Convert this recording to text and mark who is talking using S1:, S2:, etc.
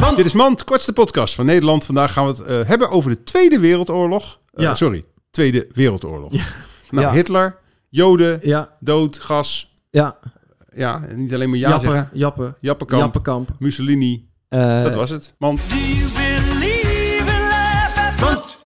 S1: Mand.
S2: Dit is Mand, kortste podcast van Nederland. Vandaag gaan we het eh, hebben over de Tweede Wereldoorlog. Eh,
S1: Ja.
S2: Sorry, Tweede Wereldoorlog. Nou,
S1: Ja.
S2: Hitler, Joden,
S1: Ja,
S2: dood, gas.
S1: ja.
S2: Ja, en niet alleen maar ja zeggen.
S1: Jappen, Jappen.
S2: Jappenkamp,
S1: Jappenkamp.
S2: Mussolini.
S1: Eh,
S2: Dat was het. Mand.
S3: Do you believe in life after
S2: Mand.